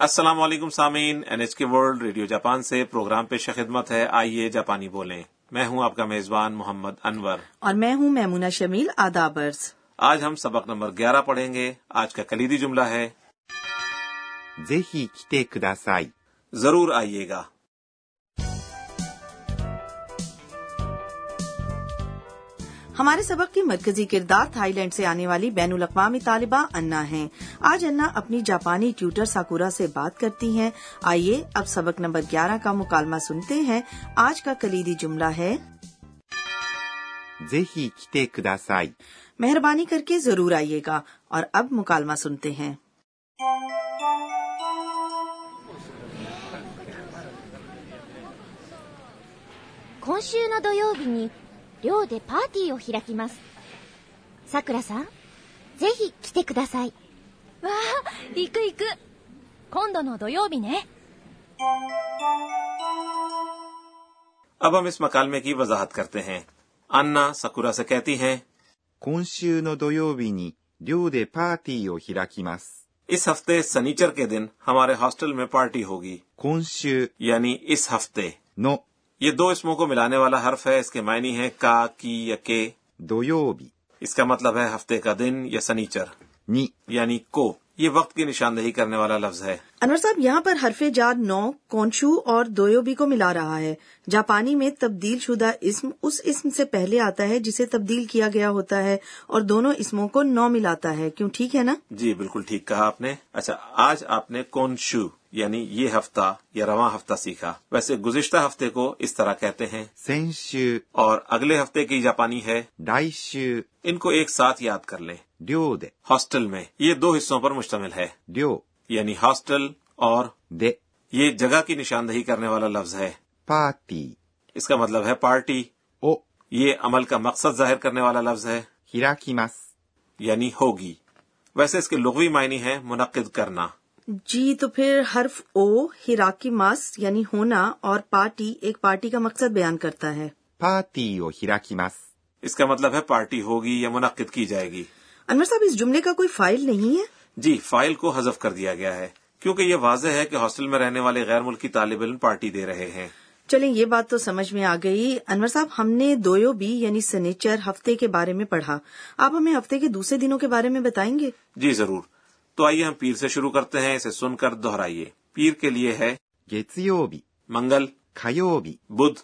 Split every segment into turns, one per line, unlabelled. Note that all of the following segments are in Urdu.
السلام علیکم سامعین N H K world radio Japan سے پروگرام پیش خدمت ہے آئیے جاپانی بولیں میں ہوں آپ کا میزبان محمد انور
اور میں ہوں میمونہ شمیل آدابرز
آج ہم سبق نمبر گیارہ پڑھیں گے آج کا کلیدی جملہ ہے
ぜひ来てください。
ضرور آئیے گا
ہمارے سبق کی مرکزی کردار تھائی لینڈ سے آنے والی بین الاقوامی طالبہ انا ہیں آج انا اپنی جاپانی ٹیوٹر ساکورا سے بات کرتی ہیں آئیے اب سبق نمبر گیارہ کا مکالمہ سنتے ہیں آج کا کلیدی جملہ ہے
ぜひ来てください。
مہربانی کر کے ضرور آئیے گا اور اب مکالمہ سنتے ہیں
今週の土曜日に寮でパーティーを開きますさくらさんぜひ来てくださいわあ行く行く今度の土曜日ね
اب ہم اس مکالمے کی وضاحت کرتے ہیں انا سکورا سے کہتی ہیں
今週の土曜日に寮でパーティーを開きます。
اس ہفتے سنیچر کے دن ہمارے ہاسٹل میں پارٹی ہوگی
今週
یعنی اس ہفتے
の
یہ دو اسموں کو ملانے والا حرف ہے اس کے معنی ہے کا کی یا کے
土曜日
اس کا مطلب ہے ہفتے کا دن یا سنیچر
に
یعنی کو یہ وقت کی نشاندہی کرنے والا لفظ ہے
انور صاحب یہاں پر حرف جاد نو کونشو اور دویوبی کو ملا رہا ہے جاپانی میں تبدیل شدہ اسم اس اسم سے پہلے آتا ہے جسے تبدیل کیا گیا ہوتا ہے اور دونوں اسموں کو نو ملاتا ہے کیوں ٹھیک ہے نا
جی بالکل ٹھیک کہا آپ نے اچھا آج آپ نے کون شو یعنی یہ ہفتہ یا رواں ہفتہ سیکھا ویسے گزشتہ ہفتے کو اس طرح کہتے ہیں
先週、
اور اگلے ہفتے کی جاپانی ہے
来週、
ان کو ایک ساتھ یاد کر لیں
寮で、
ہاسٹل میں یہ دو حصوں پر مشتمل ہے
寮
یعنی ہاسٹل اور
で、
یہ جگہ کی نشاندہی کرنے والا لفظ ہے
パーティ
اس کا مطلب ہے پارٹی
ーを
یہ عمل کا مقصد ظاہر کرنے والا لفظ ہے
開きます。
یعنی ہوگی ویسے اس کے لغوی معنی ہے منعقد کرنا
جی تو پھر حرف او ہراکی ماس یعنی ہونا اور پارٹی ایک پارٹی کا مقصد بیان کرتا ہے
パーティーを開きます。
اس کا مطلب ہے پارٹی ہوگی یا منعقد کی جائے گی
انور صاحب اس جملے کا کوئی فائل نہیں ہے
جی فائل کو حذف کر دیا گیا ہے کیونکہ یہ واضح ہے کہ ہاسٹل میں رہنے والے غیر ملکی طالب علم پارٹی دے رہے ہیں
چلیں یہ بات تو سمجھ میں آ گئی انور صاحب ہم نے دویوبی یعنی سنیچر ہفتے کے بارے میں پڑھا آپ ہمیں ہفتے کے دوسرے دنوں کے بارے میں بتائیں گے
جی ضرور تو آئیے ہم پیر سے شروع کرتے ہیں اسے سن کر دوہرائیے پیر کے لیے ہے
月曜日、
منگل
火曜日、
بدھ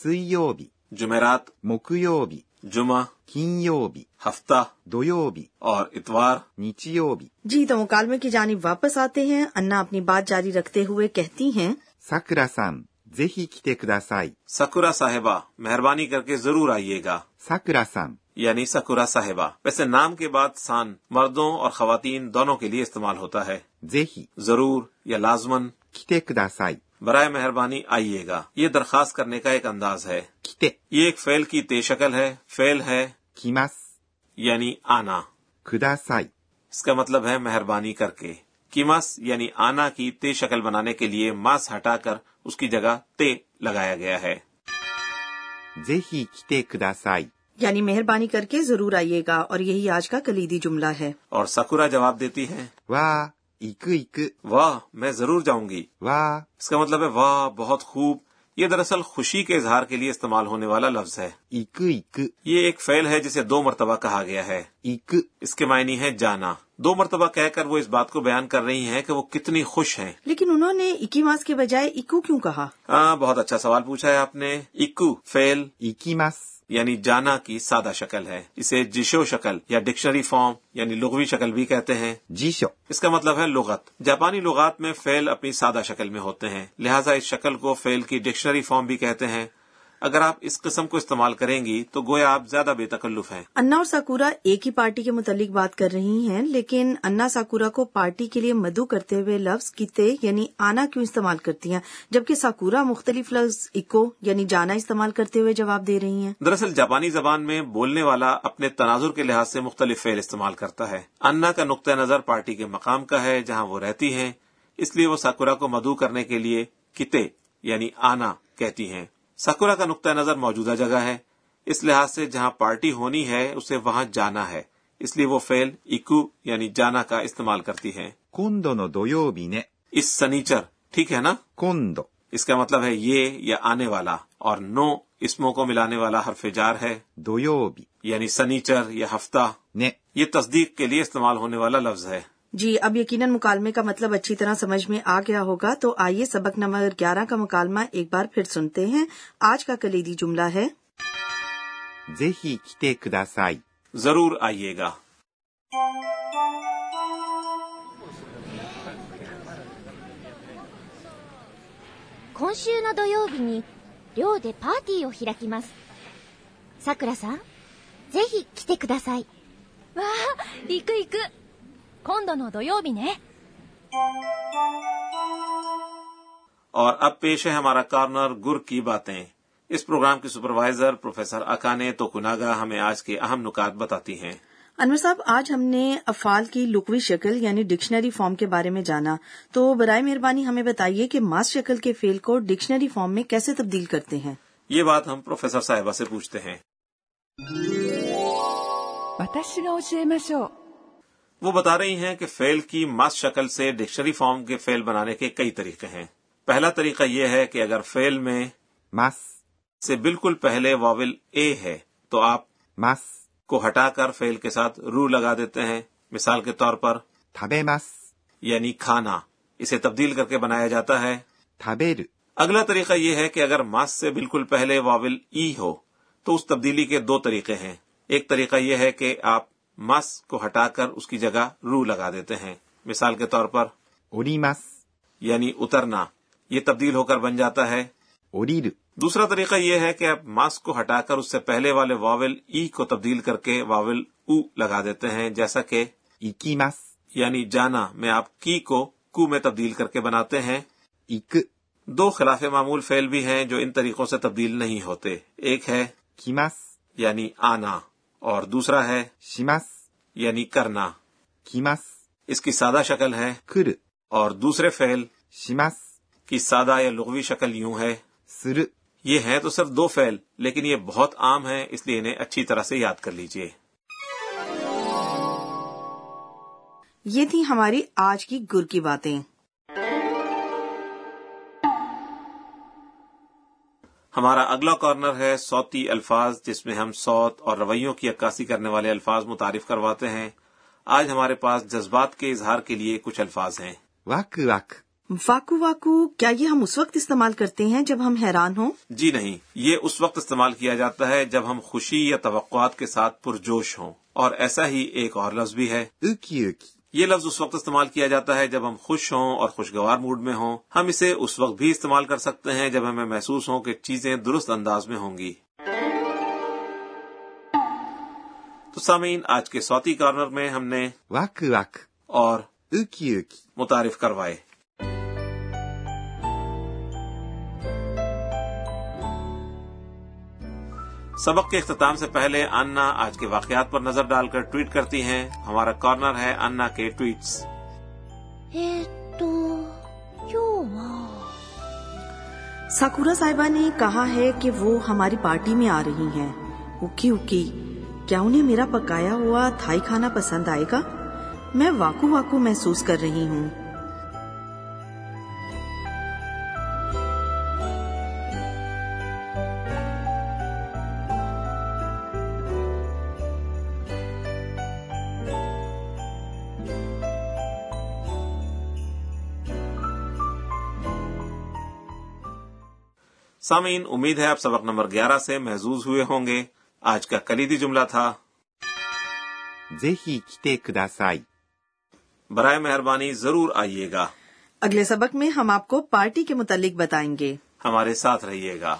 水曜日、
جمعرات
木曜日、
جمعہ
金曜日、
ہفتہ
土曜日、
اور اتوار
日曜日、
جی تو مکالمے کی جانب واپس آتے ہیں انا اپنی بات جاری رکھتے ہوئے کہتی ہیں
さくらさん、ぜひ来てください。
سکورا صاحبہ مہربانی کر کے ضرور آئیے گا
さくらさん、
یعنی سکورا صاحبہ ویسے نام کے بعد سان مردوں اور خواتین دونوں کے لیے استعمال ہوتا ہے
ぜひ
ضرور یا لازمن
来てください。
برائے مہربانی آئیے گا یہ درخواست کرنے کا ایک انداز ہے
来て、
یہ ایک فعل کی تے شکل ہے فعل ہے
来ます。
یعنی آنا
ください。
اس کا مطلب ہے مہربانی کر کے کیمس یعنی آنا کی تے شکل بنانے کے لیے ماس ہٹا کر اس کی جگہ تے لگایا گیا ہے
ぜひ来てください。
یعنی مہربانی کر کے ضرور آئیے گا اور یہی آج کا کلیدی جملہ ہے
اور سکورا جواب دیتی ہے
わー、行く行く。
واہ میں ضرور جاؤں گی
わ
اس کا مطلب ہے واہ بہت خوب یہ دراصل خوشی کے اظہار کے لیے استعمال ہونے والا لفظ ہے
ー、行く行く。
یہ ایک فعل ہے جسے دو مرتبہ کہا گیا ہے
行く。
اس کے معنی ہے جانا دو مرتبہ کہہ کر وہ اس بات کو بیان کر رہی ہیں کہ وہ کتنی خوش ہیں
لیکن انہوں نے اکی ماس کے بجائے اکو کیوں کہا
ہاں بہت اچھا سوال پوچھا ہے آپ نے اکو فیل
行きます。
یعنی جانا کی سادہ شکل ہے اسے جشو شکل یا ڈکشنری فارم یعنی لغوی شکل بھی کہتے ہیں
辞書。
اس کا مطلب ہے لغت جاپانی لغات میں فیل اپنی سادہ شکل میں ہوتے ہیں لہٰذا اس شکل کو فیل کی ڈکشنری فارم بھی کہتے ہیں اگر آپ اس قسم کو استعمال کریں گی تو گویا آپ زیادہ بے تکلف ہیں
انا اور ساکورا ایک ہی پارٹی کے متعلق بات کر رہی ہیں لیکن انا ساکورا کو پارٹی کے لیے مدعو کرتے ہوئے لفظ کتے یعنی آنا کیوں استعمال کرتی ہیں جبکہ ساکورا مختلف لفظ اکو یعنی جانا استعمال کرتے ہوئے جواب دے رہی ہیں
دراصل جاپانی زبان میں بولنے والا اپنے تناظر کے لحاظ سے مختلف فعل استعمال کرتا ہے انا کا نقطہ نظر پارٹی کے مقام کا ہے جہاں وہ رہتی ہیں اس لیے وہ ساکورا کو مدعو کرنے کے لیے کتے یعنی آنا کہتی ہیں ساکورا کا نقطہ نظر موجودہ جگہ ہے اس لحاظ سے جہاں پارٹی ہونی ہے اسے وہاں جانا ہے اس لیے وہ فعل اکو یعنی جانا کا استعمال کرتی ہیں
今度の土曜日ね。
اس سنیچر ٹھیک ہے نا
今度、
اس کا مطلب ہے یہ یا آنے والا اور نو اسموں کو ملانے والا حرف جار ہے
土曜日、
یعنی سنیچر یا ہفتہ
ね、
یہ تصدیق کے لیے استعمال ہونے والا لفظ ہے
جی اب یقیناً مکالمے کا مطلب اچھی طرح سمجھ میں آ گیا ہوگا تو آئیے سبق نمبر گیارہ کا مکالمہ ایک بار پھر سنتے ہیں آج کا کلیدی جملہ ہے
ぜひ来てください。
ضرور آئیے گا
今週の土曜日に寮でパーティーを開きますさくらさんぜひ来てくださいわあ行く行く今度の土曜日ね
اور اب پیش ہے ہمارا کارنر گر کی باتیں اس پروگرام کی سپروائزر پروفیسر اکانے تو کناگا ہمیں آج کے اہم نکات بتاتی ہیں
انور صاحب آج ہم نے افعال کی لکوی شکل یعنی ڈکشنری فارم کے بارے میں جانا تو برائے مہربانی ہمیں بتائیے کہ ماس شکل کے فیل کو ڈکشنری فارم میں کیسے تبدیل کرتے ہیں
یہ بات ہم پروفیسر صاحبہ سے پوچھتے ہیں
私が教えましょう
وہ بتا رہی ہیں کہ فیل کی مس شکل سے ڈکشنری فارم کے فیل بنانے کے کئی طریقے ہیں پہلا طریقہ یہ ہے کہ اگر فیل میں
ます、
سے بالکل پہلے واول اے ہے تو آپ
ます、
کو ہٹا کر فیل کے ساتھ رو لگا دیتے ہیں مثال کے طور پر
食べます、
یعنی کھانا اسے تبدیل کر کے بنایا جاتا ہے
食べる、
اگلا طریقہ یہ ہے کہ اگر ماس سے بالکل پہلے واول ای ہو تو اس تبدیلی کے دو طریقے ہیں ایک طریقہ یہ ہے کہ آپ ماس کو ہٹا کر اس کی جگہ رو لگا دیتے ہیں مثال کے طور پر
降ります、
یعنی اترنا یہ تبدیل ہو کر بن جاتا ہے
降りる、
دوسرا طریقہ یہ ہے کہ آپ ماس کو ہٹا کر اس سے پہلے والے واول ای کو تبدیل کر کے واول او لگا دیتے ہیں جیسا کہ
行きます、
یعنی جانا میں آپ کی کو کو میں تبدیل کر کے بناتے ہیں
行く、
دو خلاف معمول فعل بھی ہیں جو ان طریقوں سے تبدیل نہیں ہوتے ایک ہے
来ます、
یعنی آنا اور دوسرا ہے
します、
یعنی کرنا
来ます、
اس کی سادہ شکل ہے
来る、
اور دوسرے فعل
します、
کی سادہ یا لغوی شکل یوں ہے
する、
یہ ہیں تو صرف دو فعل لیکن یہ بہت عام ہیں اس لیے انہیں اچھی طرح سے یاد کر لیجئے
یہ تھی ہماری آج کی گر کی باتیں
ہمارا اگلا کارنر ہے سوتی الفاظ جس میں ہم سوت اور رویوں کی عکاسی کرنے والے الفاظ متعارف کرواتے ہیں آج ہمارے پاس جذبات کے اظہار کے لیے کچھ الفاظ ہیں
ワクワク、
واکو واکو کیا یہ ہم اس وقت استعمال کرتے ہیں جب ہم حیران ہوں
جی نہیں یہ اس وقت استعمال کیا جاتا ہے جب ہم خوشی یا توقعات کے ساتھ پرجوش ہوں اور ایسا ہی ایک اور لفظ بھی ہے
ウキウキ、
یہ لفظ اس وقت استعمال کیا جاتا ہے جب ہم خوش ہوں اور خوشگوار موڈ میں ہوں ہم اسے اس وقت بھی استعمال کر سکتے ہیں جب ہمیں محسوس ہوں کہ چیزیں درست انداز میں ہوں گی تو سامعین آج کے سوتی کارنر میں ہم نے
ワクワク、
اور
ウキウキ、
متعارف کروائے سبق کے اختتام سے پہلے انا آج کے واقعات پر نظر ڈال کر ٹویٹ کرتی ہیں ہمارا کارنر ہے انا کے ٹویٹس
えー、っと今日は
ساکورا صاحبہ نے کہا ہے کہ وہ ہماری پارٹی میں آ رہی ہیں اوکی اوکی کیا انہیں میرا پکایا ہوا تھائی کھانا پسند آئے گا میں واکو واکو محسوس کر رہی ہوں
سامعین امید ہے آپ سبق نمبر گیارہ سے محظوظ ہوئے ہوں گے آج کا کلیدی جملہ تھا
ぜひ来てください。
برائے مہربانی ضرور آئیے گا
اگلے سبق میں ہم آپ کو پارٹی کے متعلق بتائیں گے
ہمارے ساتھ رہیے گا